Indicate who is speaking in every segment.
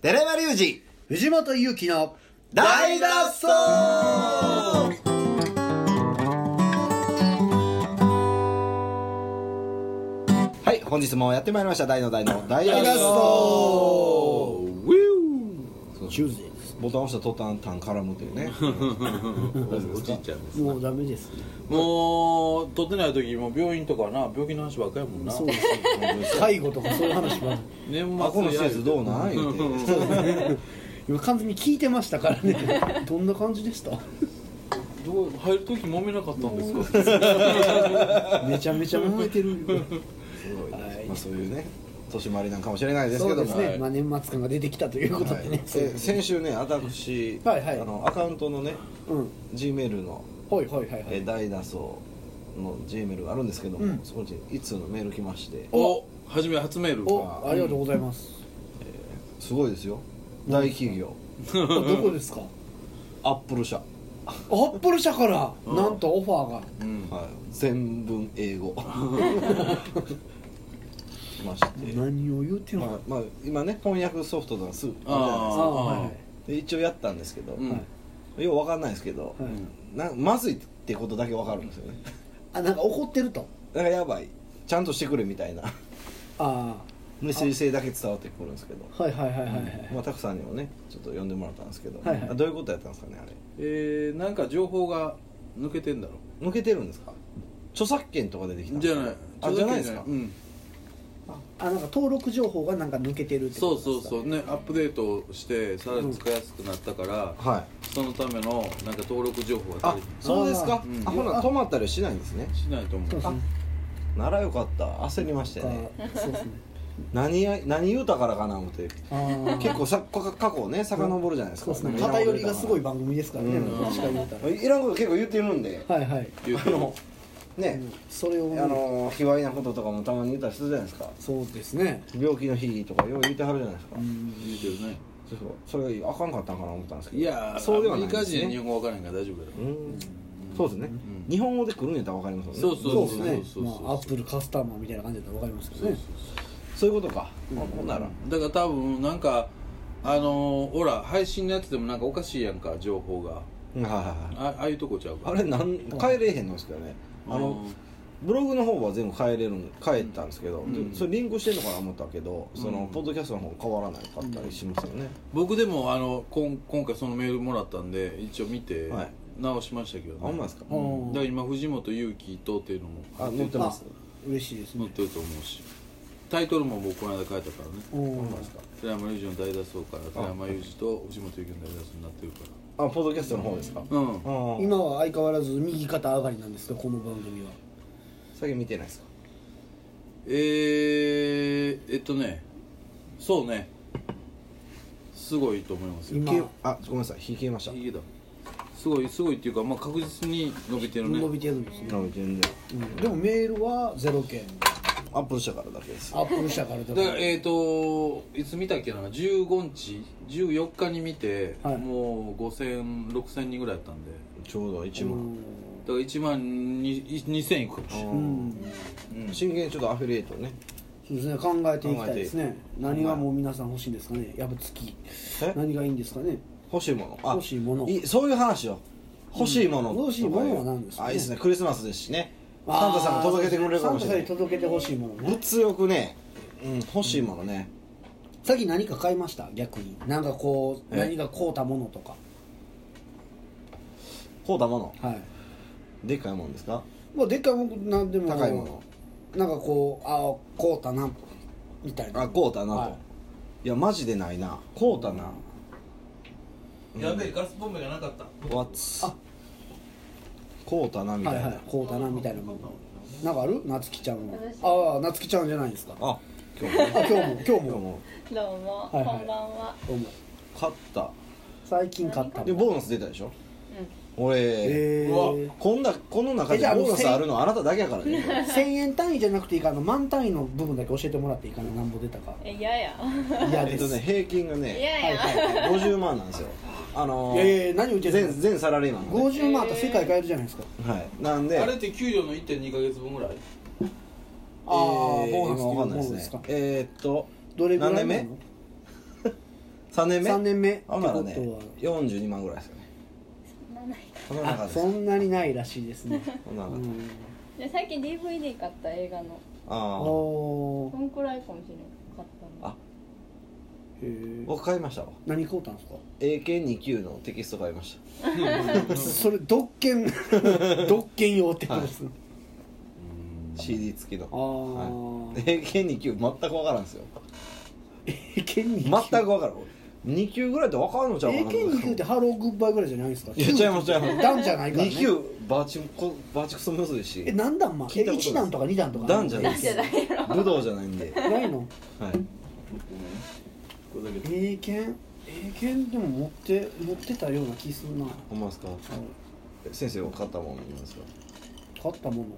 Speaker 1: 寺山隆二
Speaker 2: 藤本勇樹の
Speaker 1: 大脱走はい本日もやってまいりました大の大の大脱走ウィー
Speaker 2: チューズデーです
Speaker 1: ボタン押した途端単絡むというね
Speaker 3: おじいちゃんです
Speaker 2: もうダメですね
Speaker 3: もう取ってない時も病院とかな病気の話ばっかりやもんな
Speaker 2: そうですね介護とかそういう話は
Speaker 3: 年末
Speaker 1: あこの施設どうなん言うて
Speaker 2: 今完全に聞いてましたからね どんな感じでした
Speaker 3: どう入る時揉めなかったんですか
Speaker 2: めちゃめちゃ燃えてるはい
Speaker 1: まあそういうね年回りなんかもしれないで す
Speaker 2: そ
Speaker 1: け
Speaker 2: う
Speaker 1: ど
Speaker 2: で
Speaker 1: も
Speaker 2: す
Speaker 1: は
Speaker 2: ね
Speaker 1: い
Speaker 2: まあ年末感が出てきたということでね
Speaker 1: え先週ね私、
Speaker 2: はいはい
Speaker 1: あのアカウントのね
Speaker 2: うん
Speaker 1: G メールの
Speaker 2: はいはいはいは
Speaker 1: え
Speaker 2: い
Speaker 1: ー大脱走の G メールがあるんですけども、
Speaker 2: うん
Speaker 1: そこに一通のメール来まして
Speaker 3: お初め初メール
Speaker 2: おありがとうございます
Speaker 1: すごいですよ大企業
Speaker 2: どこですか
Speaker 1: アップル社、
Speaker 2: アップル社から
Speaker 3: うん
Speaker 2: なんとオファーが
Speaker 3: うん
Speaker 1: はい、全文英 語来まして、ま
Speaker 2: 何を言うてん
Speaker 1: あ
Speaker 2: の
Speaker 1: まあ、今ね翻訳ソフトとかすぐ
Speaker 2: あ
Speaker 3: あ
Speaker 2: あはいはい
Speaker 1: で一応やったんですけど、
Speaker 3: うん
Speaker 1: ようわかんないですけど、
Speaker 2: はい
Speaker 1: なまずいってことだけわかるんですよね
Speaker 2: あなんか怒ってると
Speaker 1: だからやばいちゃんとしてくれみた いな
Speaker 2: あ
Speaker 1: 無理性だけ伝わってくるんですけど
Speaker 2: あはいはいはいはいはい
Speaker 1: まあ、タクさんにもねちょっと呼んでもらったんですけど、
Speaker 2: はいはい
Speaker 1: あどういうことやったんですかねあれ
Speaker 3: えーなんか情報が抜けてんだろ
Speaker 1: 抜けてるんですか著作権とか出てきたん
Speaker 3: じ
Speaker 1: です
Speaker 3: ゃ
Speaker 1: か
Speaker 3: ない
Speaker 1: あじゃないですか、
Speaker 3: うん
Speaker 2: あなんか登録情報がなんか抜けてるって
Speaker 3: そうそう
Speaker 2: う
Speaker 3: そうねアップデートしてさらに使いやすくなったから
Speaker 1: はい
Speaker 3: そのためのなんか登録情報が
Speaker 1: あ
Speaker 3: 足り
Speaker 1: そうですかあ,、
Speaker 3: うん
Speaker 1: ほな止まったりはしないんですね
Speaker 3: しないと思
Speaker 2: そう
Speaker 3: う
Speaker 2: そう
Speaker 1: ならよかった焦りましてね
Speaker 2: そうですね
Speaker 1: 何や何言うたからかな思って
Speaker 2: あー
Speaker 1: 結構さ過過去ね遡るじゃないです
Speaker 2: そ
Speaker 1: か
Speaker 2: うですね偏りがすごい番組ですからね
Speaker 1: うん
Speaker 2: どっちか言うたら
Speaker 1: いらんこと結構言ってるんで
Speaker 2: はいはい
Speaker 3: 言う
Speaker 1: あのね
Speaker 2: うん、それをね
Speaker 1: あの卑猥なこととかもたまに言ったりするじゃないですか
Speaker 2: そうですね
Speaker 1: 病気の日とかよう言ってはるじゃないですか、
Speaker 2: うん
Speaker 3: 言うてるね
Speaker 1: そうそうそれがあかんかったんかな思ったんですけど
Speaker 3: いやー
Speaker 1: そうではない
Speaker 3: ア
Speaker 1: ん
Speaker 3: メリ
Speaker 1: で
Speaker 3: カ
Speaker 1: すね
Speaker 3: 人は日本語わからへんから大丈夫だよ
Speaker 1: うんそうですね、
Speaker 3: ん
Speaker 1: 日本語で来るんやったら分かりますもんね
Speaker 3: そうそう
Speaker 2: そうで
Speaker 3: そう
Speaker 2: すね
Speaker 3: そうそう
Speaker 2: ま
Speaker 3: そう
Speaker 2: あアップルカスタマーみたいな感じだったらわかりますけどね
Speaker 1: そういうことか、あほんなら
Speaker 3: だから多分なんかあのー、ほら配信のやつでもなんかおかしいやんか情報が
Speaker 1: はいはいはい
Speaker 3: あああいうとこちゃうか
Speaker 1: あれなん変えれへんのですけどねあの、ブログの方は全部変えれるん変えたんですけど、
Speaker 3: ん
Speaker 1: でそれリンクしてんのかな思ったけどその、
Speaker 3: うん
Speaker 1: ポッドキャストの方変わらないかったりしますよね、
Speaker 3: 僕でもあのこん今回そのメールもらったんで一応見て
Speaker 1: はい
Speaker 3: 直しましたけどね、
Speaker 1: あんまですか、
Speaker 2: うん
Speaker 3: だから今藤本勇樹とっていうのも
Speaker 1: あ載ってます
Speaker 2: 嬉しいです
Speaker 3: 載っ
Speaker 2: ね
Speaker 3: てると思うしタイトルも僕この間書いたからね
Speaker 2: おお
Speaker 1: あんまですか
Speaker 3: 寺山裕二の大脱走から寺山裕二と藤本勇樹の大脱走になってるか
Speaker 1: あポッドキャストの方ですか、
Speaker 3: らうん
Speaker 1: ああ
Speaker 2: 今は相変わらず右肩上がりなんですけどこの番組は
Speaker 1: 最近見てないですか
Speaker 3: えー、えっとねそうねすごいと思いますよ
Speaker 2: 今
Speaker 1: 消えあごめんなさい引きました
Speaker 3: いいだすごいすごいっていうか、まあ、確実に伸びてるね
Speaker 2: 伸びてるんですね
Speaker 1: なので全然
Speaker 2: うんでもメールはゼロ件
Speaker 1: アップル社からだけです
Speaker 2: アップル社からだか
Speaker 3: だかららえっ、といつ見たっけな15日14日に見て、
Speaker 2: はい
Speaker 3: もう50006000人ぐらいやったんでだ
Speaker 1: ちょうど1万
Speaker 3: から1万に2000いくかもしれ
Speaker 1: う
Speaker 3: ない
Speaker 1: ん真剣にちょっとアフィリエイトをね
Speaker 2: そうですね考えていきたいです
Speaker 1: 考え
Speaker 2: ね
Speaker 1: て
Speaker 2: 何がもう皆さん欲しいんですかねやぶつき
Speaker 1: え
Speaker 2: 何がいいんですかね
Speaker 1: 欲しいものあ
Speaker 2: 欲しいもの
Speaker 1: そういう話よ欲しいもの
Speaker 2: うん
Speaker 1: とかいう
Speaker 2: 欲しいものは何ですかね
Speaker 1: あいいですねクリスマスですしねサンタさんが届けてくれるかもしれ
Speaker 2: サ
Speaker 1: な
Speaker 2: ンタ
Speaker 1: い
Speaker 2: さんに届けてほしいものね
Speaker 1: 物欲ねうん欲しいものね
Speaker 2: さっき何か買いました逆になんかこう
Speaker 1: え
Speaker 2: 何か買うたものとか
Speaker 1: こうだもの
Speaker 2: はい
Speaker 1: でっかいもんですか
Speaker 2: もうでっかいもんなんでも
Speaker 1: 高いもの
Speaker 2: なんかこうああ買うたなみたいな
Speaker 1: あこうだなと、
Speaker 2: はい
Speaker 1: い、やマジでないなこうだな
Speaker 3: やべえガスボンベがなかった
Speaker 1: わつ
Speaker 2: あ
Speaker 1: こうだなみた
Speaker 2: はいい
Speaker 1: な、
Speaker 2: はい買うたなみたいなものなんかある夏希ちゃんはああ夏希ちゃんじゃないですかあ
Speaker 1: あ今日もね
Speaker 2: 今日も今日
Speaker 1: 今日
Speaker 2: も
Speaker 1: も
Speaker 4: どうも、
Speaker 2: はいはい
Speaker 4: こんばんは。
Speaker 2: 今日も
Speaker 1: 買った
Speaker 2: 最近買ったも
Speaker 1: で
Speaker 2: の
Speaker 1: ボーナス出たでしょ
Speaker 4: う
Speaker 1: 俺、
Speaker 2: え
Speaker 3: う
Speaker 2: ー
Speaker 3: わ
Speaker 1: こんなこの中
Speaker 2: え
Speaker 1: で
Speaker 2: じゃあ
Speaker 1: ボーナスあるのはあなただけやからね
Speaker 2: 1000円単位じゃなくていいからあの満単位の部分だけ教えてもらっていいかななんぼ出たか
Speaker 4: ん。え、嫌や。
Speaker 2: いや
Speaker 1: え
Speaker 2: で
Speaker 1: っと
Speaker 2: す、
Speaker 1: ね平均が
Speaker 4: 嫌
Speaker 1: ね
Speaker 2: はい
Speaker 4: や。
Speaker 2: はい
Speaker 1: 50万なんですよあの
Speaker 2: い
Speaker 1: ー
Speaker 2: やいやいや何を言ってるんで
Speaker 1: 全
Speaker 2: す
Speaker 1: 全サラリーマ
Speaker 2: か
Speaker 1: ンがね
Speaker 2: 50万あったら世界変えるじゃないですか
Speaker 1: はいなんで
Speaker 3: あれって給料の1.2か月分 ぐらい
Speaker 2: ああ
Speaker 1: えー
Speaker 2: ボーナスっていう
Speaker 1: 今わかんな
Speaker 2: も
Speaker 1: いで
Speaker 2: の
Speaker 1: す
Speaker 2: で
Speaker 1: ね
Speaker 2: すか
Speaker 1: えーっと
Speaker 2: どれぐらいなの
Speaker 1: 何年3年目
Speaker 2: 3年目ってこ
Speaker 1: あ
Speaker 2: と
Speaker 1: んならね
Speaker 2: は
Speaker 1: 42万ぐらいですよね
Speaker 4: そんなないか
Speaker 1: その中
Speaker 2: あ
Speaker 1: で
Speaker 2: そ
Speaker 1: す
Speaker 2: んなにないらしいですね
Speaker 1: そんな
Speaker 2: う
Speaker 1: 中で
Speaker 2: ん
Speaker 4: で最近 DVD 買った映画の
Speaker 1: あ
Speaker 2: お
Speaker 4: そ
Speaker 2: ー
Speaker 4: んくらいかもしれん買った
Speaker 1: あ
Speaker 4: の
Speaker 1: あ
Speaker 2: へー
Speaker 1: 僕買いましたわ
Speaker 2: 何買うたんです
Speaker 1: AK2 級のテキスト買いまし
Speaker 2: かそれ独権 独権用ってことですね
Speaker 1: た CD 付きの
Speaker 2: あー
Speaker 1: はい AK2 級全く分からんですよ
Speaker 2: 剣に
Speaker 1: 全く分からん2級ぐらいって分かんのちゃうかな
Speaker 2: AK2 級ってハローグッバイぐらいじゃないですか
Speaker 1: いや違います違います
Speaker 2: 段じゃないから、ね、
Speaker 1: 2級バチコバチクソむずいし
Speaker 2: え何段ま
Speaker 1: 聞
Speaker 2: え
Speaker 1: いたことな
Speaker 2: 1
Speaker 1: い
Speaker 2: 段とか2段とか
Speaker 1: 段じゃない
Speaker 4: じゃないやろ
Speaker 1: 武道じゃないんで
Speaker 2: ないの
Speaker 1: はい
Speaker 3: これだけ
Speaker 2: 英検英検でも持って持ってたような気するな
Speaker 1: ほんまですか先生は買ったもん見ますか
Speaker 2: 買ったもの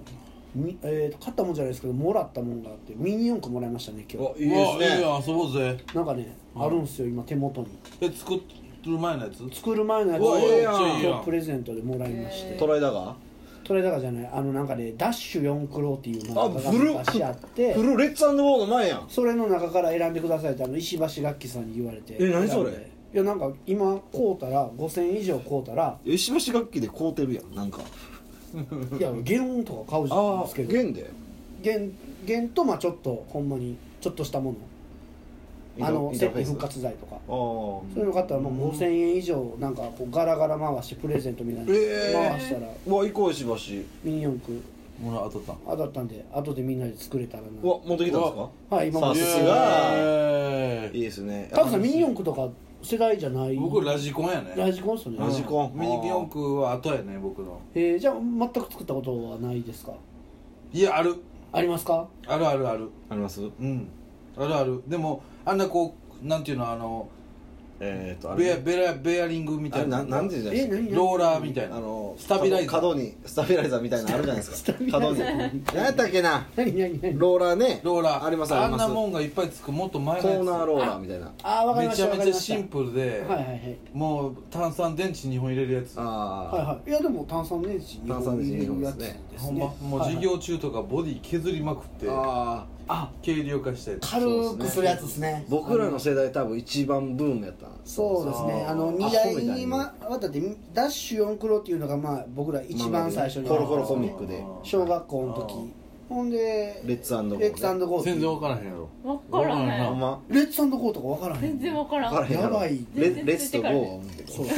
Speaker 2: み、えー、買ったもんじゃないですけどもらったもんがあってミニ四駆もらいましたね今
Speaker 1: おいいですね
Speaker 3: うわいいよ遊ぼうぜ
Speaker 2: 日なんかね、あるんすよ今手元に
Speaker 3: え作る前のやつ
Speaker 2: 作る前のやつ
Speaker 3: うわ
Speaker 1: ええやん
Speaker 2: を今日プレゼントでもらいまして、
Speaker 4: へ
Speaker 1: トライダーが
Speaker 2: それだからじゃないあのなんかねダッシュ四クロっていうの
Speaker 1: あ
Speaker 2: が
Speaker 1: 古っ
Speaker 2: 昔あって
Speaker 1: 古レッツウォーの前やん
Speaker 2: それの中から選んでくださいってあの石橋楽器さんに言われて
Speaker 1: え何それ
Speaker 2: 選んでいやなんか今買うたら5000以上買うたら
Speaker 1: 吉橋楽器で買うてるやんなんか
Speaker 2: いや弦とか買うじゃない
Speaker 1: あ
Speaker 2: です
Speaker 1: あ
Speaker 2: けど
Speaker 1: 弦で
Speaker 2: 弦弦とまあちょっとほんまにちょっとしたものあの
Speaker 1: イン
Speaker 2: 設
Speaker 1: ターフェ
Speaker 2: 定
Speaker 1: ース
Speaker 2: 復活剤とか
Speaker 1: ああ
Speaker 2: そういうの買ったらもう5000円以上なんかこうガラガラ回してプレゼントみたいなの
Speaker 1: ええ
Speaker 2: 回したら
Speaker 1: うわ行こう石橋
Speaker 2: ミニ四駆
Speaker 3: ほら当たっ
Speaker 2: 当たったんで後でみんなで作れたら
Speaker 1: うわ
Speaker 2: な
Speaker 1: 持ってきたんですか
Speaker 2: はい今
Speaker 1: さ
Speaker 2: も
Speaker 1: す
Speaker 3: た
Speaker 1: が
Speaker 3: え
Speaker 1: いいですね
Speaker 2: カズさんミニ四駆とか世代じゃない
Speaker 3: 僕ラジコンやね
Speaker 2: ラジコンっすよね
Speaker 1: ラジコン
Speaker 3: ミニ四駆は後やね僕の
Speaker 2: えー、じゃあ全く作ったことはないですか
Speaker 3: いやある
Speaker 2: ありますか
Speaker 3: あるあるある
Speaker 1: あります
Speaker 3: うんあるあるでもあんなこうなんていうのあの
Speaker 1: えーっとあ
Speaker 3: ベア
Speaker 1: れ
Speaker 3: ベラベアリングみ
Speaker 1: あ
Speaker 3: た
Speaker 1: れ
Speaker 3: いな
Speaker 1: ななんてい
Speaker 2: え
Speaker 1: うんじゃないですか
Speaker 2: 何
Speaker 3: ローラーみたいな
Speaker 1: あの
Speaker 3: スタビライザー
Speaker 1: 角にスタビライザーみたいなのあるじゃない ですか角に何やったっけな
Speaker 2: 何何何
Speaker 1: ローラーね
Speaker 3: ローラー
Speaker 1: ありますあ
Speaker 3: あ
Speaker 1: りま
Speaker 3: んな
Speaker 1: す
Speaker 3: もんがいっぱいつくもっと前
Speaker 1: コ
Speaker 3: のやつ
Speaker 1: ーナーローラーみたいな
Speaker 2: ああわかりま
Speaker 3: め
Speaker 2: し
Speaker 3: ち
Speaker 2: た
Speaker 3: ゃ
Speaker 2: わかり
Speaker 3: めちゃ
Speaker 2: ました
Speaker 3: シンプルで、
Speaker 2: はいはいはい
Speaker 3: もう炭酸電池2本入れるやつ
Speaker 2: はい
Speaker 1: あ
Speaker 2: はい、いやでも炭酸電池
Speaker 1: 炭酸電池
Speaker 2: 入れるやつ
Speaker 1: 入れるん
Speaker 2: で
Speaker 3: ほ
Speaker 2: す
Speaker 3: ん
Speaker 2: ね
Speaker 3: まもう授業中とかボディ削りまくって、
Speaker 1: あああ
Speaker 2: あ
Speaker 3: 軽量化したやつ
Speaker 2: 軽くするやつですね
Speaker 1: 僕らの世代多分一番ブームやったんですよ
Speaker 2: そうですね
Speaker 3: あー
Speaker 2: あの
Speaker 1: ア
Speaker 2: 二
Speaker 1: ホ
Speaker 2: 台
Speaker 1: みたいな
Speaker 2: にまわたってダッシュ4クロっていうのがまあ僕ら一番最初に
Speaker 1: コロコロコミックで
Speaker 2: 小学校の時ほんで
Speaker 1: レッツゴーね
Speaker 2: レッツゴーっていう
Speaker 3: 全然分からへんやろ
Speaker 4: 分から
Speaker 3: わからん
Speaker 4: へ
Speaker 3: な
Speaker 1: ほん
Speaker 4: ん
Speaker 1: ま
Speaker 2: レッツゴーとかわからへん
Speaker 4: 全然分からん
Speaker 1: 分からへんろ
Speaker 2: やばい
Speaker 1: レレッツとゴーは思うけ
Speaker 2: そう
Speaker 1: ど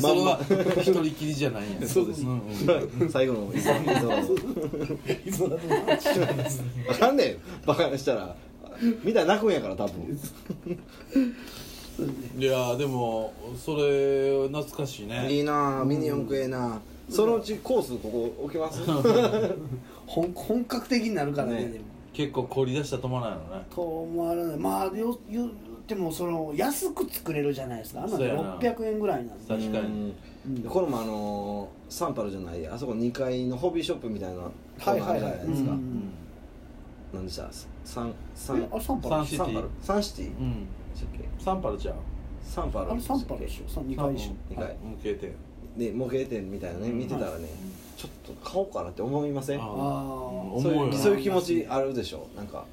Speaker 3: それは一人きりじゃないんやそうです、うんうん
Speaker 1: 最後の分
Speaker 2: そうだそうだ
Speaker 1: かんねえよバカにしたらみんな泣くんやから多分
Speaker 3: いやーでもそれ懐かしい
Speaker 1: い
Speaker 3: ね
Speaker 1: いなあミニ四駆ええなあそのうちコースここ置きます
Speaker 2: 本本格的になるからね
Speaker 1: ね
Speaker 2: でも
Speaker 3: 結構凝り出したら止まらないのね
Speaker 2: と思われないまあよよでもその安く作れるじゃないですかあんな
Speaker 3: そうや
Speaker 2: の
Speaker 3: な
Speaker 2: 600円ぐらいなんで
Speaker 3: 確かに
Speaker 1: うんでこれもあのーサンパルじゃないあそこ2階のホビーショップみたいな
Speaker 2: はいはいはい
Speaker 1: コーナーあるじゃないですか
Speaker 2: う
Speaker 3: うんん
Speaker 1: 何でしたサンサ
Speaker 2: え
Speaker 1: ン
Speaker 2: あれサンパ
Speaker 3: サ
Speaker 2: ラ
Speaker 3: ンシテ
Speaker 1: サンパル
Speaker 3: ィ
Speaker 1: サンシティ
Speaker 3: う
Speaker 1: で
Speaker 3: ん
Speaker 1: したっけ
Speaker 3: サンパルちゃん
Speaker 1: サンパル
Speaker 2: あれサンパラでしょサン2回でしょ
Speaker 1: 二回
Speaker 3: 向けて
Speaker 1: で模型店みたいなね見てたらねちょっと買おうかなって思いません
Speaker 3: あ
Speaker 2: あ
Speaker 1: そう
Speaker 3: 思う
Speaker 1: い
Speaker 3: よ
Speaker 1: う
Speaker 3: な
Speaker 1: そういう気持ちあるでしょなんか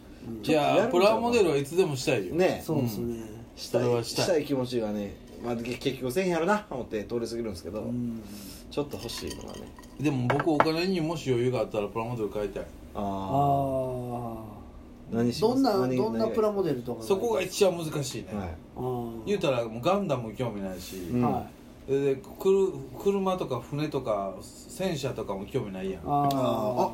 Speaker 3: いやープラモデルはいつでもしたいよ
Speaker 2: あ
Speaker 1: ね
Speaker 2: そうですね
Speaker 1: した
Speaker 3: それはいしたい
Speaker 1: したい気持ちがねまあけ結局せえへんやろなと思って通り過ぎるんですけど
Speaker 2: うん
Speaker 1: ちょっと欲しいのがね
Speaker 3: でも僕お金にもし余裕があったらプラモデル買いたい
Speaker 2: あ
Speaker 1: ああ
Speaker 2: あ
Speaker 1: 何しま
Speaker 2: ど
Speaker 1: す
Speaker 2: んな
Speaker 1: 何
Speaker 2: どんな
Speaker 1: 何
Speaker 2: プラモデルとか
Speaker 3: そこが
Speaker 2: あ
Speaker 3: 一番難しいね、
Speaker 1: はい
Speaker 2: ー
Speaker 3: 言うたらもうガンダムも興味ないし、
Speaker 1: うん
Speaker 2: はい
Speaker 3: でくる車とか船とか戦車とかも興味ないやん
Speaker 2: あ
Speaker 1: あ
Speaker 2: あ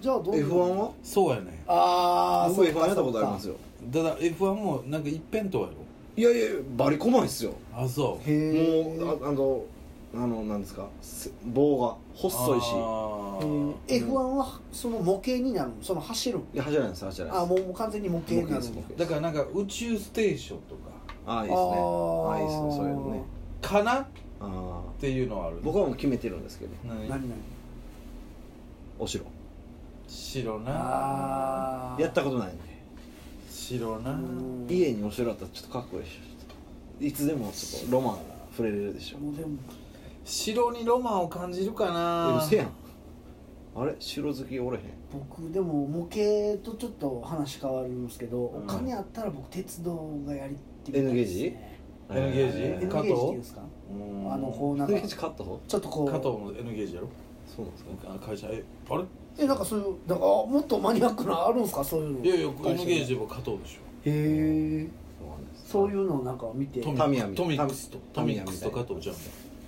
Speaker 2: じゃあどんな
Speaker 1: F1 は
Speaker 3: そうやね
Speaker 2: ああ
Speaker 1: 僕 F1 やったことあります
Speaker 2: よ
Speaker 1: よ
Speaker 3: ただ F1 もなんか一辺倒やろ
Speaker 1: いやいやバリ細いっすよ
Speaker 3: あそう
Speaker 2: へえ
Speaker 1: もうああのあのなんですかせ棒が細いし
Speaker 3: あー
Speaker 2: F1 はその模型になるのその走るの
Speaker 1: いや走らないです走らないです
Speaker 2: あもうもう完全に模型になるの
Speaker 1: 模型
Speaker 3: だからなんか宇宙ステーションとか
Speaker 1: ああいいですねあ
Speaker 2: あー
Speaker 1: あいいですねそういうのね
Speaker 3: かなっ
Speaker 1: ああ
Speaker 3: ていうのはある
Speaker 1: 僕はもう決めてるんですけど
Speaker 3: 何
Speaker 2: 何々
Speaker 1: お城
Speaker 3: 白な
Speaker 2: ああ
Speaker 1: やったことないんで
Speaker 3: 白な
Speaker 2: うん
Speaker 1: 家にお城あったらちょっとかっこいいでしょいつでもちょっとロマン触れれるでしょ
Speaker 2: もうでも
Speaker 3: 白にロマンを感じるか
Speaker 1: う
Speaker 3: な
Speaker 1: るせえやんあれ城好きおれへん
Speaker 2: 僕でも模型とちょっと話変わるんですけど、お金あったら僕鉄道がやりってみたいですね
Speaker 3: N ゲージ
Speaker 1: え
Speaker 2: N ゲージっていうんですかあのこうなん
Speaker 3: N
Speaker 2: か
Speaker 3: ゲージカット
Speaker 2: ちょっとこ
Speaker 3: 加藤
Speaker 2: う
Speaker 3: の N ゲージやろ
Speaker 1: そうなんですか
Speaker 3: あ会社えあれ
Speaker 2: えなんかそういうなんかあもっとマニアックなあるんですかそういうの
Speaker 3: いやいや N
Speaker 2: 会社
Speaker 3: ゲージは加藤でしょ
Speaker 2: へえ
Speaker 1: そうなんです
Speaker 2: そういうのをなんか見て
Speaker 3: トミ
Speaker 1: タミヤみ
Speaker 3: トミックスと
Speaker 1: タ
Speaker 3: ト
Speaker 1: ミ
Speaker 3: ミ
Speaker 1: ヤ
Speaker 3: ックスと加藤じゃん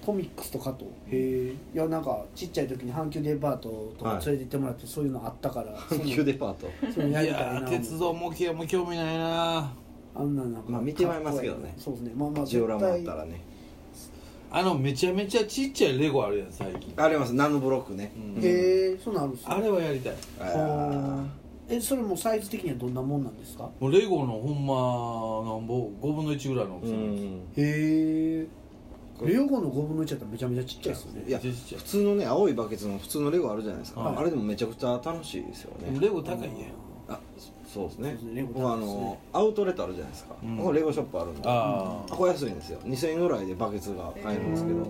Speaker 2: トミックスと加藤へえいやなんかちっちゃい時に阪急デパートとか連れて行ってもらってそういうのあったから
Speaker 1: 阪急デパート
Speaker 2: そういうのや
Speaker 3: い
Speaker 2: りたいな
Speaker 3: やー鉄道模型も興味ないな
Speaker 2: あんななんか
Speaker 1: まあ見てはいますけどね
Speaker 2: そうですねまあまあ
Speaker 1: ジオラマあった
Speaker 2: 絶
Speaker 1: らね
Speaker 3: あのめちゃめちゃちっちゃいレゴあるやん最近
Speaker 1: ありますナノブロックね
Speaker 3: うん
Speaker 2: 対へえそうなんあるんです
Speaker 3: あれはやりたい
Speaker 1: あ
Speaker 2: は
Speaker 1: ー
Speaker 2: えそれもサイズ的にはどんなもんなんですか
Speaker 3: もうレゴのほんまなんぼ5分の1ぐらいの大き
Speaker 1: う
Speaker 3: さなんですよ
Speaker 1: ん
Speaker 2: へえレオゴの5分の1だったらめちゃめちゃちっちゃいですよね
Speaker 1: いや
Speaker 3: めっちゃちっちゃい
Speaker 1: 普通のね青いバケツの普通のレゴあるじゃないですか、
Speaker 3: はい
Speaker 1: あれでもめちゃくちゃ楽しいですよね
Speaker 3: レゴ高いやん
Speaker 1: あそうです
Speaker 2: そう
Speaker 1: ね
Speaker 2: ですねレゴ
Speaker 1: 僕はあ
Speaker 2: 高いですね
Speaker 1: のアウトレットあるじゃないですか、
Speaker 3: うん
Speaker 1: ここレゴショップあるんで
Speaker 3: あ
Speaker 1: ここ安いんですよ2000円ぐらいでバケツが買えるんですけど、
Speaker 2: う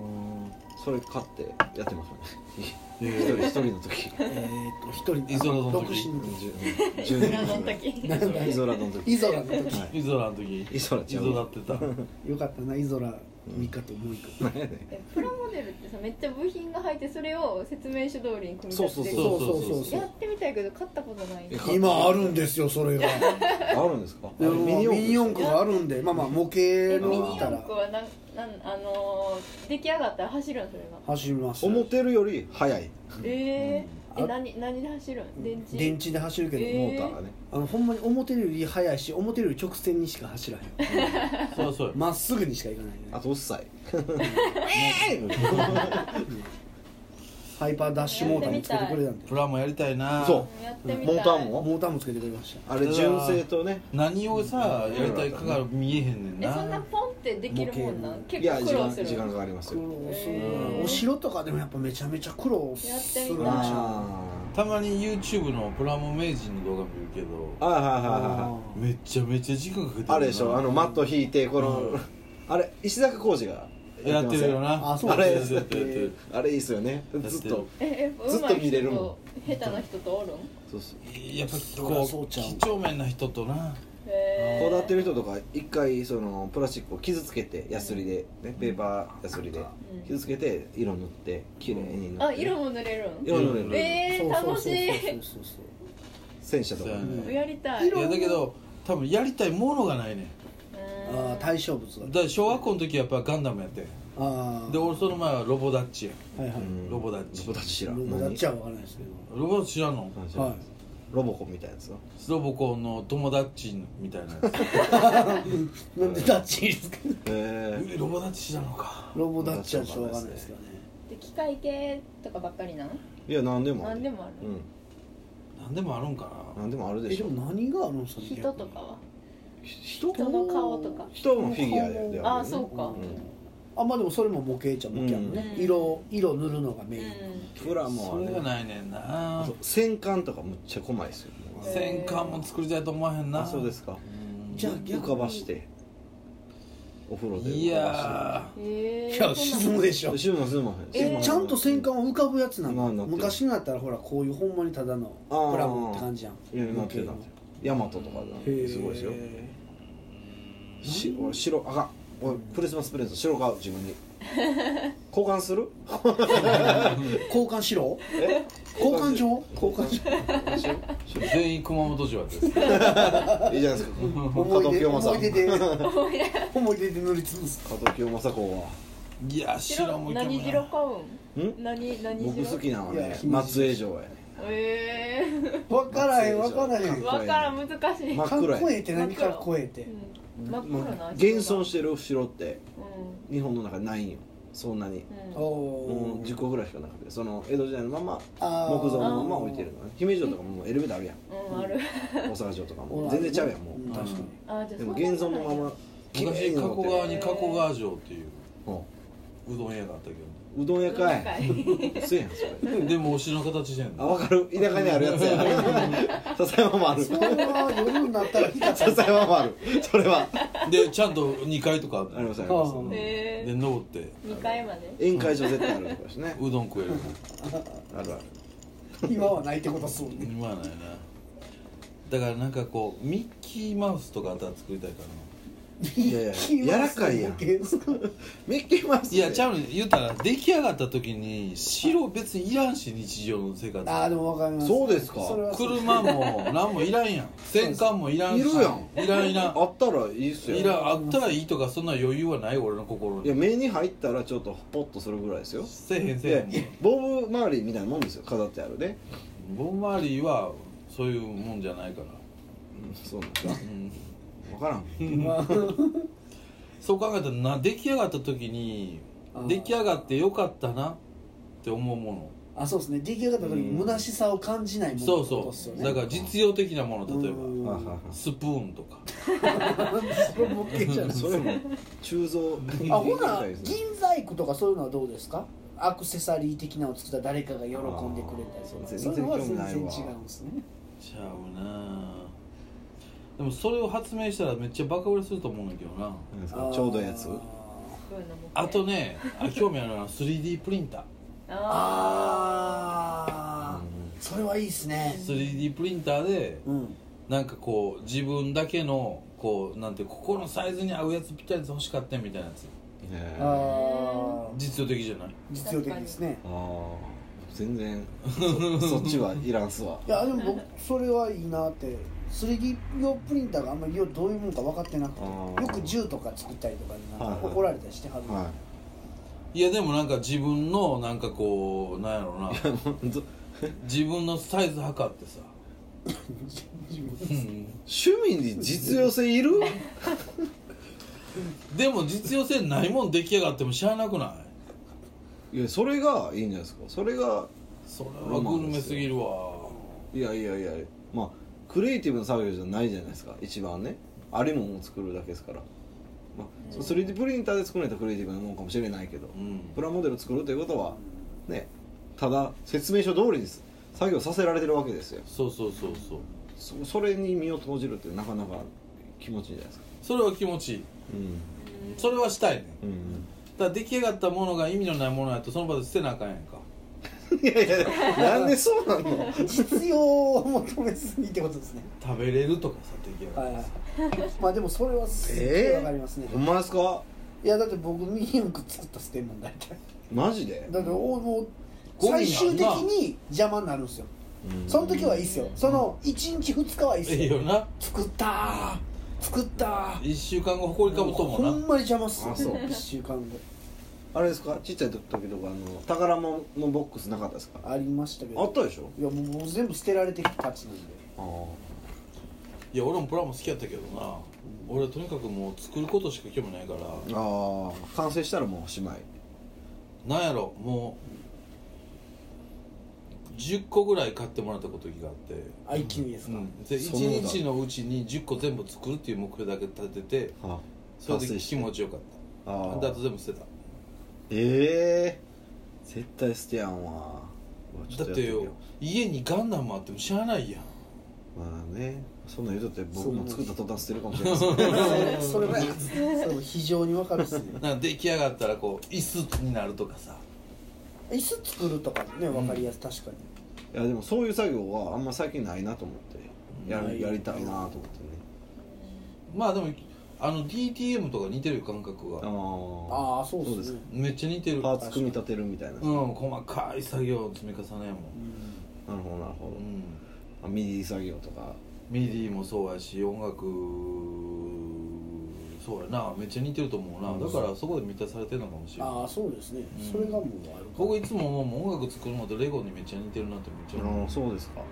Speaker 1: それ買ってやってますね
Speaker 3: え
Speaker 1: 一人一人の 時
Speaker 2: えーと一人
Speaker 3: イゾラドの
Speaker 2: 独
Speaker 3: 時
Speaker 2: 身の時
Speaker 1: 10
Speaker 4: イゾラドの時
Speaker 1: 年前イゾラドの時
Speaker 2: イゾラの時
Speaker 1: は
Speaker 3: イゾラの時
Speaker 1: イゾラちゃう
Speaker 3: イゾラってた
Speaker 2: よかったなイゾラ3日ともう1個
Speaker 1: いなんやね
Speaker 4: えプラモデルってさめっちゃ部品が入ってそれを説明書通りに組み立てて
Speaker 1: そうそうそう
Speaker 3: そうそうそう
Speaker 4: やってみたいけど買ったことない
Speaker 1: え
Speaker 2: 今あるんですよそれが
Speaker 1: ん あるんですかあれ
Speaker 2: ミニ四
Speaker 1: で
Speaker 2: 駆があるんでまあまあ模型
Speaker 4: えミニ
Speaker 2: の
Speaker 4: 四
Speaker 2: 見た
Speaker 4: 駆
Speaker 2: ら
Speaker 4: はなんなんあのー出来上がったら走るんそれが
Speaker 2: 走ります
Speaker 1: す思ってるより速い
Speaker 4: えー、
Speaker 2: あ
Speaker 4: え何何で走るん電池
Speaker 2: 電池で走るけど、
Speaker 4: え
Speaker 1: モーターがね
Speaker 2: あのほんまに思てるより速いし思てるより直線にしか走らへん
Speaker 3: そうそう
Speaker 2: まっすぐにしか行かないね
Speaker 1: あとおっさいえー
Speaker 2: ハイパーダッシュモーターもつけてくれたんで
Speaker 3: プラモやりたいな
Speaker 1: そ
Speaker 4: やってみた
Speaker 1: モ
Speaker 4: い
Speaker 1: ーターも
Speaker 2: モーターもつけてくれました
Speaker 1: あれ純正とね
Speaker 3: 何をさやりたいかが見えへんねん
Speaker 4: えそんな
Speaker 3: な
Speaker 4: ポンってできるもんなん
Speaker 2: 模
Speaker 4: 結
Speaker 1: いや
Speaker 4: 構苦
Speaker 1: 時
Speaker 4: 労
Speaker 1: 間
Speaker 4: する
Speaker 1: 時間かかります
Speaker 2: 苦
Speaker 1: よ
Speaker 2: 労する
Speaker 4: へー
Speaker 2: なお城とかでもやっぱめちゃめちゃ苦労する
Speaker 4: やってみたい
Speaker 2: な
Speaker 1: あ
Speaker 3: たまに YouTube のプラモ名人の動画見るけ
Speaker 1: あ
Speaker 3: ど
Speaker 1: はいはいはいはいは
Speaker 2: あ
Speaker 1: い
Speaker 3: めっちゃめちゃ時間かけてるな
Speaker 1: あれでしょあのマット引いてこの、
Speaker 3: うん
Speaker 1: あれ石坂浩二が
Speaker 3: やって
Speaker 1: ます
Speaker 3: るよな
Speaker 2: あそう
Speaker 1: あれ
Speaker 3: やってるやってるやってる
Speaker 1: あれいいっすよねずっと
Speaker 4: ええ
Speaker 1: ずっと見れるも
Speaker 4: もん下手な人とおるん
Speaker 1: そうそう
Speaker 3: やっぱ
Speaker 2: そ
Speaker 3: こ
Speaker 2: う
Speaker 3: う
Speaker 2: ちゃう
Speaker 3: 几帳面な人とな
Speaker 4: へ
Speaker 1: こ
Speaker 4: ー
Speaker 1: だわってる人とか一回そのプラスチックを傷つけてヤスリで、ね、ペーパーヤスリで
Speaker 4: ん
Speaker 1: 傷つけて色塗って綺麗に塗って
Speaker 4: あ色も塗れるん
Speaker 1: 色塗れる、
Speaker 4: えー、楽しい
Speaker 2: そうそうそう
Speaker 1: 戦車とかね、
Speaker 3: そうやね
Speaker 4: やりたい
Speaker 3: いやだけど多分やりたいものがないねん
Speaker 4: うん
Speaker 2: ああ対象物
Speaker 3: だ
Speaker 2: が
Speaker 3: から小学校の時やっぱガンダムやってん
Speaker 2: ああ
Speaker 3: で俺その前はロボダッチや
Speaker 2: はいはい
Speaker 1: うん
Speaker 3: ロボダッチ
Speaker 1: ロボダッチ知ら
Speaker 2: ロ
Speaker 1: ん
Speaker 2: ボダッチは分からないですけ
Speaker 3: ロボダッチ知らんの
Speaker 1: 何知
Speaker 2: ど
Speaker 1: らん
Speaker 2: はい
Speaker 1: ロボコンみたいなや つは
Speaker 3: ロボコンの友達みたいなやつ
Speaker 2: なんでダッチですか
Speaker 1: え
Speaker 3: えロボダッチ知らんのか
Speaker 2: ロボダッチはしょうがないですよね
Speaker 4: で機械系とかばっかりなの
Speaker 1: ー、いや何でも
Speaker 4: 何でもある
Speaker 1: う
Speaker 3: 何でもあるんか
Speaker 1: ん何でもある
Speaker 2: え
Speaker 1: でし
Speaker 2: で
Speaker 1: ょ
Speaker 2: も何があるんですかね
Speaker 4: 人とかは
Speaker 1: 人
Speaker 4: 人の顔とか
Speaker 1: 人もフィギュアでで
Speaker 4: あ
Speaker 1: あ
Speaker 4: あ
Speaker 1: るよね
Speaker 4: そうか
Speaker 2: あまあでもそれも模型っちゃ模型やもんね、
Speaker 4: うん
Speaker 2: 色色塗るのがメ
Speaker 4: う
Speaker 2: イン、
Speaker 4: ん
Speaker 1: プラ
Speaker 3: な
Speaker 1: モ
Speaker 3: そ
Speaker 1: は
Speaker 3: れが
Speaker 1: ね
Speaker 3: ないねんな
Speaker 1: そう戦艦とかむっちゃ細いですよ
Speaker 3: 戦艦も作りたいと思わへんな
Speaker 1: あそうですか
Speaker 3: うん
Speaker 2: じゃあ
Speaker 1: 浮かばしてお風呂で
Speaker 3: い
Speaker 1: 浮かばして
Speaker 3: や
Speaker 4: へえ
Speaker 2: いや沈むでしょ
Speaker 1: シューマンシューマン
Speaker 4: え
Speaker 1: シューマン
Speaker 2: ちゃんと戦艦は浮かぶやつな
Speaker 1: まあ
Speaker 2: の
Speaker 1: なってる
Speaker 2: 昔のやったらほらこういうほんまにただのプ
Speaker 1: あー
Speaker 2: ラモって感じやん
Speaker 1: いやなんていうのヤマトとか
Speaker 2: へ
Speaker 1: だ
Speaker 2: ー
Speaker 1: すごいですよし俺白あかん俺クリスマスプレゼント白買う自 分に交換する
Speaker 2: 交換し ろ
Speaker 1: え
Speaker 2: 交換状交換状
Speaker 3: あ全員熊本城やってる
Speaker 1: いいじゃないですか加
Speaker 2: 思
Speaker 1: 藤
Speaker 2: い出
Speaker 1: 清正
Speaker 2: 思い出で思い出で塗りつぶす
Speaker 1: 加藤清正公はい
Speaker 3: や白も
Speaker 4: 白
Speaker 3: いけ
Speaker 4: 何
Speaker 3: も
Speaker 4: 白
Speaker 3: な
Speaker 4: 買うん何何白
Speaker 1: 僕好きなのはい
Speaker 2: や
Speaker 1: ね松江城やね
Speaker 4: え え
Speaker 2: 分からへん分からへ
Speaker 1: かっ
Speaker 2: ん
Speaker 1: こ
Speaker 4: わからん難しい、
Speaker 1: ま
Speaker 2: かっこええって何かっこええっ
Speaker 4: う
Speaker 2: て
Speaker 4: ん、真っ黒な
Speaker 1: まあ
Speaker 4: 白
Speaker 1: 現存
Speaker 4: し
Speaker 1: してる城って
Speaker 4: うん
Speaker 1: 日本の中にないんよそんなに
Speaker 4: うん
Speaker 1: も
Speaker 2: お
Speaker 1: う
Speaker 2: ー
Speaker 1: 10個ぐらいしかなくてその江戸時代のまま
Speaker 2: あー
Speaker 1: 木造のまま置いてるのね姫路城とかももうエレベーター あるやん
Speaker 4: うん、ある。
Speaker 1: 大阪城とかも全然ちゃうやんもう
Speaker 2: 確かに
Speaker 4: あ、じゃあ
Speaker 1: でも現存のまま綺麗
Speaker 3: 昔
Speaker 1: に
Speaker 3: 加
Speaker 1: 残って
Speaker 3: 古
Speaker 1: る
Speaker 3: 川に加古川城っていう
Speaker 1: う
Speaker 3: うどん屋があったけ
Speaker 1: んうどん屋か
Speaker 4: うどん屋か
Speaker 1: いそうやんそれ
Speaker 3: どでもお城の形してん
Speaker 1: あ
Speaker 3: の
Speaker 1: 分かる田舎にあるやつや笹山もある
Speaker 2: それは夜になったら来た
Speaker 1: 笹山もあるそれは
Speaker 3: でちゃんと2階とかあった
Speaker 1: ありますあります
Speaker 2: あー
Speaker 4: へ
Speaker 3: で
Speaker 4: え。
Speaker 3: 登って
Speaker 4: 二階まで。
Speaker 1: 宴会場絶対あるとこですね
Speaker 3: うどん食える
Speaker 1: あるある
Speaker 2: 今はないってことするね
Speaker 3: 今はないなだからなんかこうミッキーマウスとかあったら作りたいか
Speaker 1: い やいや柔らか いやんミッキーマウス
Speaker 3: いやちゃ
Speaker 1: う
Speaker 3: うねん言うたら出来上がった時に白別にいらんし日常の生活
Speaker 2: ああでもわかります
Speaker 1: そうですか
Speaker 2: それはそう
Speaker 3: 車も何もいらんやん戦艦もいらんし
Speaker 1: いるやん
Speaker 3: いらんいらん
Speaker 1: あった らいいっすよ
Speaker 3: いらんあったらいいとかそんな余裕はない俺の心
Speaker 1: いや
Speaker 3: に
Speaker 1: 目に入ったらちょっとポッとするぐらいですよ
Speaker 3: せえへんせ
Speaker 1: で
Speaker 3: えへん
Speaker 1: ボブ周りみたいなもんですよ飾ってあるね、
Speaker 3: ボンマーリーはそういうもんじゃないから
Speaker 1: うん、そうなんですか
Speaker 3: うん
Speaker 1: 分からん
Speaker 3: そう考えたらな出来上がった時に
Speaker 2: あー
Speaker 3: 出来上がってよかったなって思うも
Speaker 2: あそうですね出来上がった時に虚しさを感じない
Speaker 3: の
Speaker 2: ものっ
Speaker 3: そう
Speaker 2: てことっ
Speaker 3: そ
Speaker 2: すよ
Speaker 3: う
Speaker 2: ね
Speaker 3: だから実用的なもの例えば
Speaker 1: あは
Speaker 2: ば
Speaker 1: は
Speaker 3: スプーンとか
Speaker 2: それボケじゃない
Speaker 1: それも鋳造
Speaker 2: あほな
Speaker 1: たいですね
Speaker 2: 銀細工とかそういうのはどうですかアクセサリー的なのを作ったら誰かが喜んでくれたりす
Speaker 1: あ
Speaker 2: る
Speaker 1: ー全
Speaker 2: そう
Speaker 1: 然
Speaker 2: いうのは全然
Speaker 1: 興
Speaker 2: 違
Speaker 1: 味な
Speaker 2: う
Speaker 1: いわ
Speaker 2: んですね
Speaker 3: ちゃうなぁでもそれを発明したらめっちゃバカ売れすると思うんだけどな
Speaker 1: 何ですかちょうどやつ
Speaker 4: こういうのも
Speaker 3: あとねあ興味あるのは 3D プリンタ
Speaker 4: あ
Speaker 2: ああそれはいいですね
Speaker 3: ー 3D プリンターで
Speaker 2: うん
Speaker 3: なんかこう自分だけのこうなんてここのサイズに合うやつぴったりのやつ欲しかったみたいなやつ
Speaker 1: ねえ
Speaker 2: ああ
Speaker 3: 実用的じゃない
Speaker 2: 実用的ですね
Speaker 1: あー全然そそっちはいらんすわ
Speaker 2: いやでも僕それはいいなって 3D 用プリンターがあんまりよどういうもんか分かってなくて
Speaker 1: あ
Speaker 2: よ
Speaker 1: ー
Speaker 2: く銃とか作ったりとかになんか
Speaker 1: はいはい
Speaker 2: 怒られたりしてはる、
Speaker 1: はい
Speaker 3: やでもなんか自分のなんかこうなんやろな自分のサイズ測って さ
Speaker 1: い、趣味に実用性いる
Speaker 3: でも実用性ないもん出来上がってもしゃあなくない
Speaker 1: いやそれがいいんじゃないですかそれが
Speaker 3: それはグルメすぎるわ
Speaker 1: いやいやいやまあクリエイティブな作業じゃないじゃないですか一番ねあれもんを作るだけですから、まあ、その 3D プリンターで作られたクリエイティブなもんかもしれないけど、
Speaker 3: うん
Speaker 1: プラモデルを作るということはねただ説明書通りに作業させられてるわけですよ
Speaker 3: そうそうそうそう
Speaker 1: そそれに身を投じるってなかなか気持ちいいんじゃないですか
Speaker 3: それは気持ちいいそれはしたいね
Speaker 1: うん、うん
Speaker 3: ただ出来上がったものが意味のないものやとその場で捨てなあかんやんか
Speaker 1: いやいやなんでそうなの
Speaker 2: 実用を求めずにってことですね
Speaker 3: 食べれるとかさ出来上が
Speaker 2: は
Speaker 3: っ
Speaker 2: い
Speaker 3: た
Speaker 2: は
Speaker 3: ら
Speaker 2: い
Speaker 3: さ、
Speaker 2: まあでもそれはすっげえ分かりますね、
Speaker 1: ほんまですか
Speaker 2: いやだって僕ミニ四駆作ったステンもんだいたい
Speaker 1: マジで
Speaker 2: だっておもう
Speaker 3: ゴミ
Speaker 2: 最
Speaker 3: になる
Speaker 2: 終
Speaker 3: な
Speaker 2: 的に邪魔になるんですよその時はいいっすよその1日2日はいいっす
Speaker 3: ええ
Speaker 2: よ
Speaker 3: よな
Speaker 2: 作ったー作ったー
Speaker 3: 1週間後埃かぶとも
Speaker 2: ほん
Speaker 3: な
Speaker 2: まに邪魔っすよ
Speaker 1: あそう
Speaker 2: 1週間後
Speaker 1: あれですかちっちゃい時とかあの宝物のボックスなかったですか
Speaker 2: ありましたけど
Speaker 1: あったでしょ
Speaker 2: いやもう全部捨てられてきたたちなんで
Speaker 1: ああ
Speaker 3: いや俺もプラモ好きやったけどな俺はとにかくもう作ることしか興味ないから
Speaker 1: ああ完成したらもうおしまい
Speaker 3: なんやろもう10個ぐらい買ってもらったことがあって、
Speaker 2: IQ ですか、
Speaker 3: で
Speaker 1: そんなの
Speaker 3: 1日のうちに10個全部作るっていう目標だけ立てて
Speaker 1: は
Speaker 3: それで気持ちよかっ
Speaker 1: あ
Speaker 3: た
Speaker 1: ー
Speaker 3: であと全部捨てた
Speaker 1: ええ絶対捨てやんわうわちょと
Speaker 3: だっ
Speaker 1: や
Speaker 3: て
Speaker 1: みよう
Speaker 3: よ家にガンダムあっても知らないやん
Speaker 1: まあねそんなん言うとって
Speaker 2: そ
Speaker 1: 僕
Speaker 2: う
Speaker 1: も作った途端捨てるかもしれないですね
Speaker 2: それはそれ非常に分かるっすね
Speaker 3: なんか出来上がったらこう椅子になるとかさ
Speaker 2: 椅子作るとかね分かりやすい、確かに
Speaker 1: いやでもそういう作業はあんま最近ないなと思ってや
Speaker 2: ない
Speaker 1: るやりたいなと思ってね
Speaker 3: まあでもあの DTM とか似てるよ感覚が
Speaker 1: あ
Speaker 2: ああそう
Speaker 1: そう
Speaker 2: っ
Speaker 1: ですす
Speaker 2: ね
Speaker 1: か
Speaker 3: めっちゃ似てる
Speaker 1: パーツ組み立てるみたいな、
Speaker 3: う
Speaker 1: なる
Speaker 3: ん細かい作業の積み重ねやも
Speaker 1: ほどなるほ
Speaker 3: ん、うん
Speaker 1: ど、あミディ作業とか
Speaker 3: ミディもそうやし音楽そうやなめっちゃ似てると思うな、だからそこで満たされてるのかもしれない
Speaker 2: ああそうですね、
Speaker 3: うん
Speaker 2: それがもうある
Speaker 3: 僕いつも思う音楽作るのとレゴにめっちゃ似てるなってめっちゃ思う、
Speaker 1: ああそうですか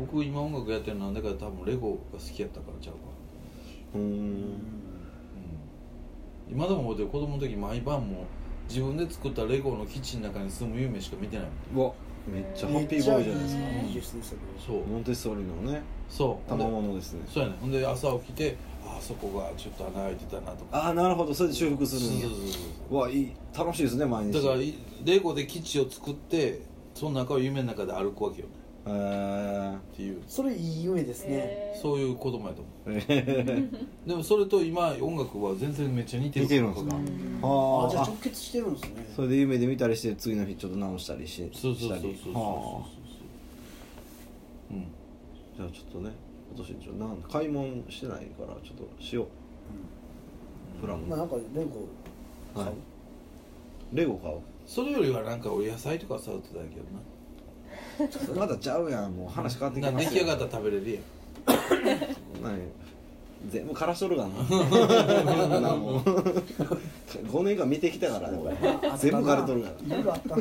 Speaker 3: 僕今音楽やってるのなんだから多分レゴが好きやったからちゃうか、
Speaker 1: うーん
Speaker 3: うん、今でも覚えてる子供の時毎晩もう自分で作ったレゴの基地の中に住む夢しか見てないもん
Speaker 1: うわめっちゃハッピーボーイじゃないですか
Speaker 2: めっちゃいいですねそれ
Speaker 3: そう
Speaker 1: モンテッソーリのね
Speaker 3: そう
Speaker 1: 賜物ですね
Speaker 3: そうやねほんで朝起きてあそこがちょっと穴開いてたなとか
Speaker 1: ああなるほどそれで修復す
Speaker 3: そう
Speaker 1: る
Speaker 3: そうんそ
Speaker 1: や
Speaker 3: うそう
Speaker 1: うわいい楽しいですね毎日
Speaker 3: だからいレゴで基地を作ってその中を夢の中で歩くわけよね
Speaker 1: えー
Speaker 3: っていう
Speaker 2: それいい夢ですね、
Speaker 4: えー
Speaker 3: そういう子供やと思うでもそれと今音楽は全然めっちゃ似てる
Speaker 1: 似てるんですかあー
Speaker 2: あじゃあ
Speaker 1: あ
Speaker 2: 直結してるんですね
Speaker 1: それで夢で見たりして次の日ちょっと直したりし
Speaker 3: そうそうそうそうそう
Speaker 1: し
Speaker 3: そ
Speaker 1: たり
Speaker 3: う
Speaker 1: は
Speaker 3: そううん
Speaker 1: あじゃあちょっとね今年ちょっとなん買い物してないからちょっとしよプラモ
Speaker 2: まあなんかレゴ買う、
Speaker 1: はいレゴ買おう
Speaker 3: それよりはなんか俺野菜とか触ってたんやけどな
Speaker 1: まだちゃうやんもう話変わってき
Speaker 3: な
Speaker 1: ま
Speaker 3: 出
Speaker 1: す
Speaker 3: 来上
Speaker 1: よ
Speaker 3: がったら食べれるやん
Speaker 1: なんや全部枯らしとるがな なんかもう5年間見てきたからねこれ
Speaker 2: あ
Speaker 1: 全部枯れとるから
Speaker 2: いろいろあった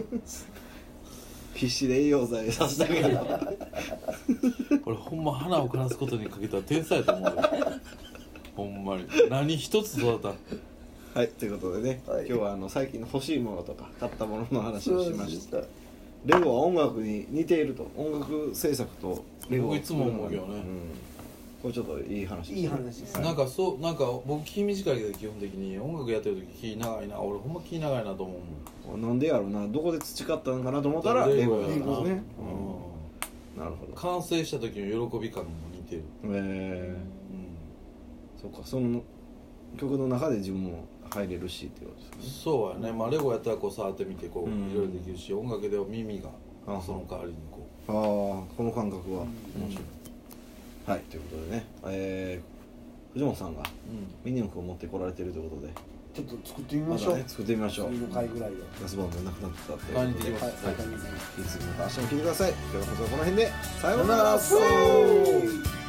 Speaker 1: 必死で栄養剤させたけど
Speaker 3: 俺ほんま花を暮らすことにかけたら天才やと思うよほんまに何一つ育たん
Speaker 1: はいということでね、
Speaker 2: はい
Speaker 1: 今日はあの最近の欲しいものとか買ったものの話をしました
Speaker 2: た
Speaker 1: レゴは音楽に似ていると音楽制作とレゴ
Speaker 3: 僕いつも思うけどね
Speaker 1: んこれちょっといい話
Speaker 2: いい話です
Speaker 1: はい
Speaker 3: なんかそうなんか僕気短いけど基本的に音楽やってる時気長いな俺ほんま気長いなと思うもん
Speaker 1: なんでやろうなどこで培ったのかなと思ったらレゴやったんですね、
Speaker 3: う
Speaker 1: うんなるほ
Speaker 3: ん
Speaker 1: ど
Speaker 3: 完成した時の喜び感も似てる、
Speaker 1: え
Speaker 3: う
Speaker 1: ー、そっかその曲の中で自分も入れるしってこと
Speaker 3: ん、
Speaker 1: ですね
Speaker 3: そうやね、まあ、レゴやったらこう触ってみてこ
Speaker 1: う
Speaker 3: う
Speaker 1: ん
Speaker 3: いろいろできるし音楽では耳が
Speaker 1: あは
Speaker 3: その代わりにこ
Speaker 1: ああこの感覚は
Speaker 3: うん
Speaker 1: 面白い、はいということでねえー、藤本さんが
Speaker 3: う、う
Speaker 1: ミ
Speaker 3: ん、
Speaker 1: ニオン君を持ってこられてるということで
Speaker 2: ちょっと作ってみ
Speaker 1: ま
Speaker 2: ましょ
Speaker 1: だ
Speaker 2: う、
Speaker 1: ね作ってみましょう
Speaker 2: 次の回ぐらいで
Speaker 1: ガスボンもなくなってたって
Speaker 3: 買いに行ってきます
Speaker 2: はい坂水 um
Speaker 1: いつもの明日も聞いてください今日の放送はこの辺でさようなら
Speaker 2: さようなら